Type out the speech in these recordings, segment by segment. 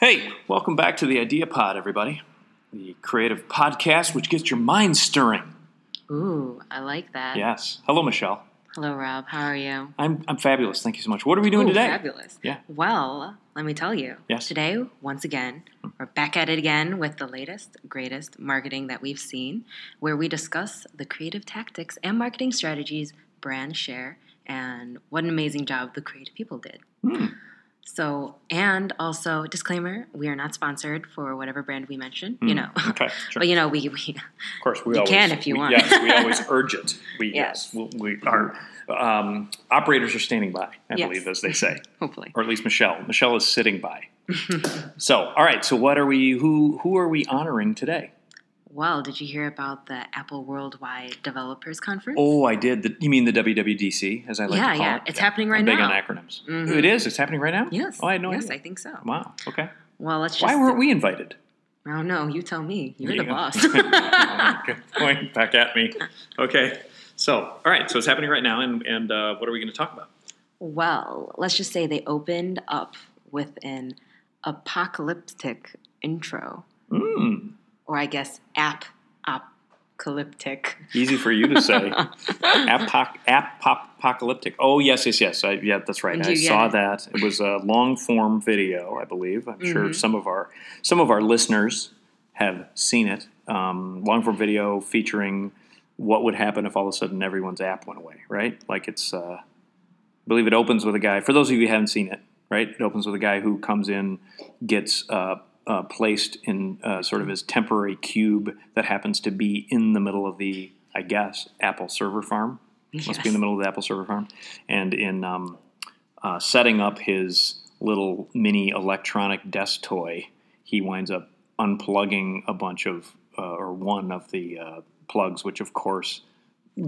Hey, welcome back to the Idea Pod, everybody. The creative podcast which gets your mind stirring. Ooh, I like that. Yes. Hello, Michelle. Hello, Rob. How are you? I'm, I'm fabulous. Thank you so much. What are we doing Ooh, today? Fabulous. Yeah. Well, let me tell you. Yes. Today, once again, we're back at it again with the latest, greatest marketing that we've seen, where we discuss the creative tactics and marketing strategies brands share, and what an amazing job the creative people did. Hmm. So, and also, disclaimer, we are not sponsored for whatever brand we mention, you Hmm. know. Okay, sure. But you know, we, we of course, we you always can if you we- want. Yes, we always urge it. We yes, Yes. we, we our um, operators are standing by. I Yes. believe, as they say, hopefully. or at least Michelle. Michelle is sitting by. so, all right. So, what are we? Who who are we honoring today? Well, did you hear about the Apple Worldwide Developers Conference? Oh, I did. The, you mean the WWDC, as I like to yeah, call yeah. it? It's happening I'm right big on now. acronyms. Mhm. It is. It's happening right now. Yes. Oh, I had no yes, idea. I think so. Wow. Okay. Well, let's just. Why weren't we invited? I don't know. You tell me. You're the Yeah. boss. Good point. Back at me. Okay. So, all right. So it's happening right now, and and uh, what are we going to talk about? well, let's just say they opened up with an apocalyptic intro, Mm, or I guess app apocalyptic. easy for you to say. Apoc- apoc- apocalyptic. Oh yes, yes, yes. I, yeah, that's right. Do I you get saw it? that. It was a long form video, I believe. I'm sure Mhm. some of our some of our listeners have seen it. Um, long form video featuring what would happen if all of a sudden everyone's app went away. Right? Like it's. Uh, I believe it opens with a guy. For those of you who haven't seen it, right? It opens with a guy who comes in, gets uh, uh, placed in uh, sort of his temporary cube that happens to be in the middle of the, I guess, Apple server farm. Must be in the middle of the Apple server farm, and in um, uh, setting up his little mini electronic desk toy, he winds up unplugging a bunch of uh, or one of the uh, plugs, which of course,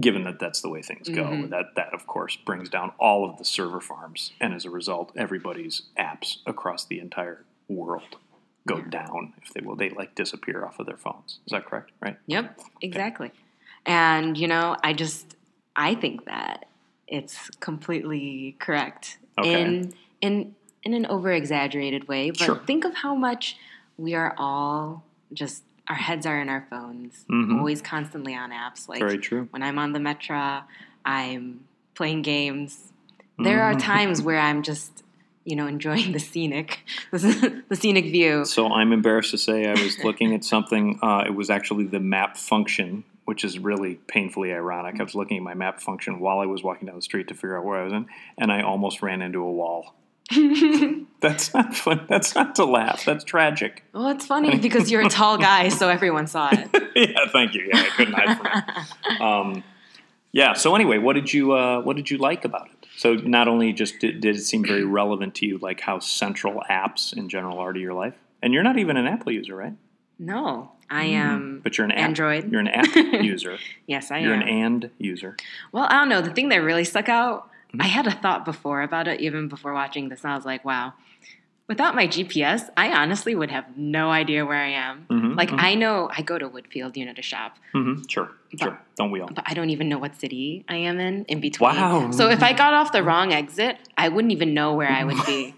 given that that's the way things go, Mhm. that that of course brings down all of the server farms, and as a result, everybody's apps across the entire world go Yeah. down, if they will. They like disappear off of their phones. Is that correct? Right. Yep, exactly. And you know, I just I think that it's completely correct Okay. in in in an over exaggerated way, but Sure. think of how much we are all just our heads are in our phones, Mhm. always constantly on apps. Like Very true. when I'm on the metro, I'm playing games. There are Mhm. times where I'm just you know enjoying the scenic the scenic view. So I'm embarrassed to say I was looking at something. Uh, it was actually the map function, which is really painfully ironic. I was looking at my map function while I was walking down the street to figure out where I was in, and I almost ran into a wall. That's not fun. That's not to laugh. That's tragic. Well, it's funny because you're a tall guy, so everyone saw it. yeah, thank you. Yeah, I couldn't hide from it. Um, yeah. So anyway, what did you uh, what did you like about it? So not only just did, did it seem very relevant to you, like how central apps in general are to your life, and you're not even an Apple user, right? No, I am. Mm. But you're an app, Android. You're an app user. yes, I You're am. an and user. well, I don't know. The thing that really stuck out, Mm-hmm. I had a thought before about it, even before watching this, and I was like, wow. Without my GPS, I honestly would have no idea where I am. Mhm, Like, mhm. I know I go to Woodfield, you know, to shop, hmm Sure, sure. Don't we all? but I don't even know what city I am in in between. Wow. So if I got off the wrong exit, I wouldn't even know where I would be.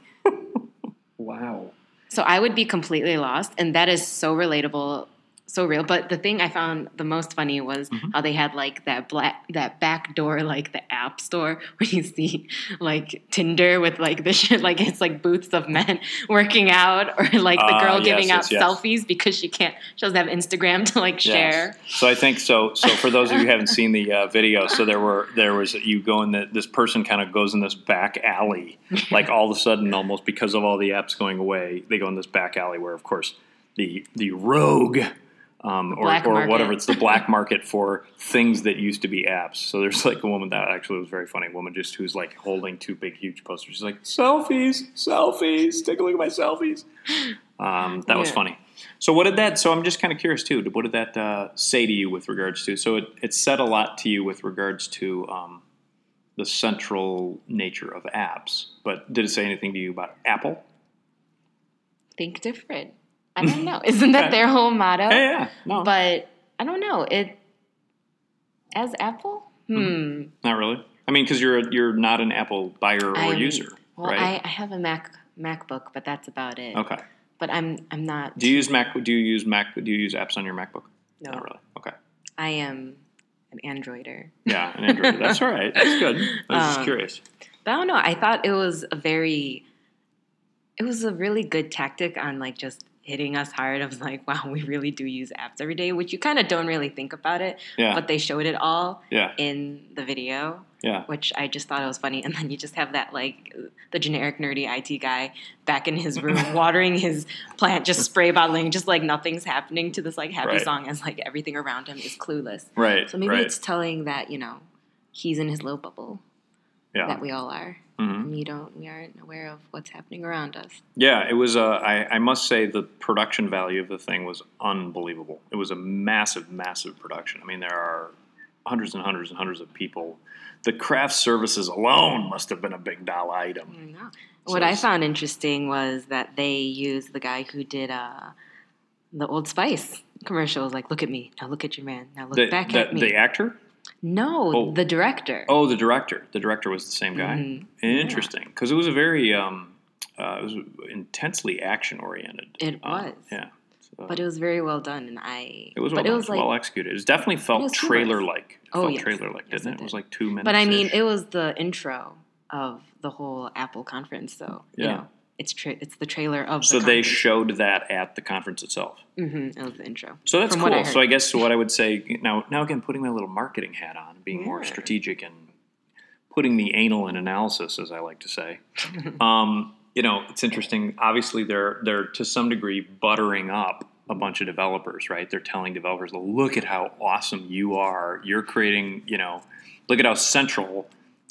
Wow. So I would be completely lost, and that is so relatable, so real. But the thing I found the most funny was Mhm. how they had like that black that back door, like the app store, where you see like Tinder with like the shit, like it's like booths of men working out, or like the Ah, girl yes, giving yes, out yes. selfies because she can't, she doesn't have Instagram to like share. So I think so. So for those of you who haven't seen the uh, video, so there were there was you go in the this person kind of goes in this back alley, like all of a sudden almost because of all the apps going away, they go in this back alley where of course the the rogue. Um, or, black or market. whatever it's the black market for things that used to be apps so there's like a woman that actually was very funny a woman just who's like holding two big huge posters she's like selfies selfies take a look at my selfies um, that was Yeah. funny so what did that? So I'm just kind of curious too. What did that uh, say to you with regards to? So it, it said a lot to you with regards to um, the central nature of apps. But did it say anything to you about Apple? Think different. I don't know. Isn't that their whole motto? Yeah, yeah, no, Uh, But I don't know. It as Apple. Hmm. Mm-hmm. not really. I mean, because you're a, you're not an Apple buyer or I'm- user, Well, right? I, I have a Mac MacBook, but that's about it. okay, but I'm I'm not. Do you use Mac? Do you use Mac? Do you use apps on your MacBook? no, Not really. Okay. I am an androider. Yeah, an Android. That's all right. That's good. I was just Um, curious. But I don't know. I thought it was a very, it was a really good tactic on like just hitting us hard of like, wow, we really do use apps every day, which you kind of don't really think about it. Yeah. But they showed it all yeah. in the video, Yeah. which I just thought it was funny. And then you just have that like the generic nerdy IT guy back in his room watering his plant, just spray bottling, just like nothing's happening to this like happy Right. song as like everything around him is clueless. Right. So maybe right. it's telling that, you know, he's in his little bubble yeah. that we all are Mhm. and we don't we aren't aware of what's happening around us. Yeah, it was. Uh, I, I must say the production value of the thing was unbelievable. It was a massive, massive production. I mean, there are hundreds and hundreds and hundreds of people. The craft services alone must have been a big dollar I item. don't know. So what I it's- found interesting was that they used the guy who did uh, the Old Spice commercials, like "Look at me, now look at your man, now look The, back the- at me." the actor? no, Oh. the director. Oh, the director. The director was the same guy. Mhm. Interesting, because it was a very, um, uh, it was intensely action oriented. It was. yeah. So But it was very well done, and I. it was, but well, it was like. well executed. It definitely felt was humorous. trailer like. Oh, felt yes. trailer like, Yes, didn't it it? It was did. like two minutes. but I mean, it was the intro of the whole Apple conference, so you Yeah. know, it's tra- it's the trailer of. So the they showed that at the conference itself. hmm It was the intro. So that's From cool. what I so heard. I guess what I would say now, now again, putting my little marketing hat on, being more Yeah. strategic and putting the anal in analysis, as I like to say. um, you know, it's interesting. Obviously, they're they're to some degree buttering up a bunch of developers, right? They're telling developers, "Look at how awesome you are. You're creating, you know, look at how central."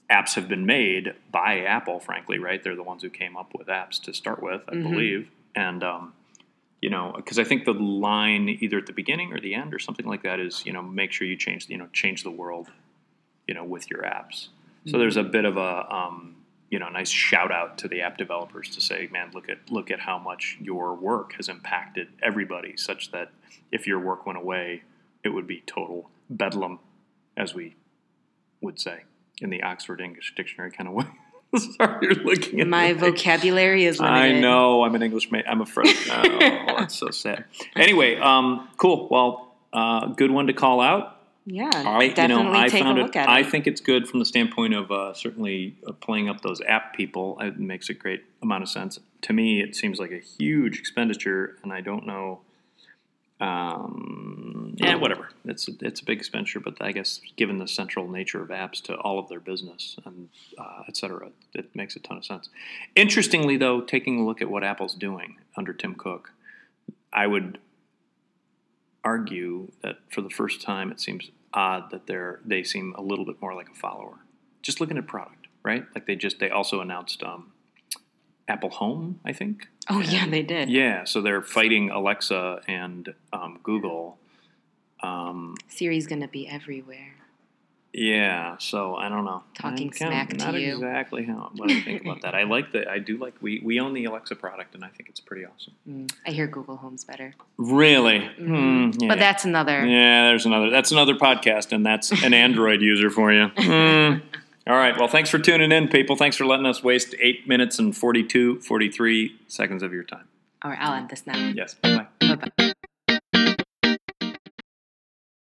Apps have been made by Apple, frankly, right? They're the ones who came up with apps to start with, I Mhm. believe. And um, you know, because I think the line either at the beginning or the end or something like that is, you know, make sure you change, you know, change the world, you know, with your apps. So there's a bit of a, um, you know, nice shout out to the app developers to say, man, look at look at how much your work has impacted everybody, such that if your work went away, it would be total bedlam, as we would say in the Oxford English Dictionary kind of way. Sorry, you're looking at My me. vocabulary is limited. I know. I'm an English ma I'm a French. Oh, that's so sad. Anyway, um, cool. Well, uh, good one to call out. Yeah, I, you definitely know, I take found a look it. at I it. think it's good from the standpoint of uh, certainly uh, playing up those app people. It makes a great amount of sense to me. It seems like a huge expenditure, and I don't know. Um, yeah, whatever. It's a, it's a big expenditure, but I guess given the central nature of apps to all of their business and uh, et cetera, it makes a ton of sense. Interestingly, though, taking a look at what Apple's doing under Tim Cook, I would argue that for the first time, it seems odd that they're they seem a little bit more like a follower. Just looking at product, right? Like they just they also announced um, Apple Home, I think. Oh yeah, they did. Yeah, so they're fighting Alexa and um, Google. Um, Siri's gonna be everywhere. yeah, so I don't know. Talking I'm kinda smack to not you. exactly how what I think about that. I like that. I do like we we own the Alexa product, and I think it's pretty awesome. Mm. I hear Google Home's better, Really? Mhm. Hmm, yeah. but that's another. yeah. There's another. That's another podcast, and that's an Android user for you. Hmm. All right. Well, thanks for tuning in, people. Thanks for letting us waste eight minutes and 42, 43 seconds of your time. Or I'll end this now. Yes. Bye. Bye bye.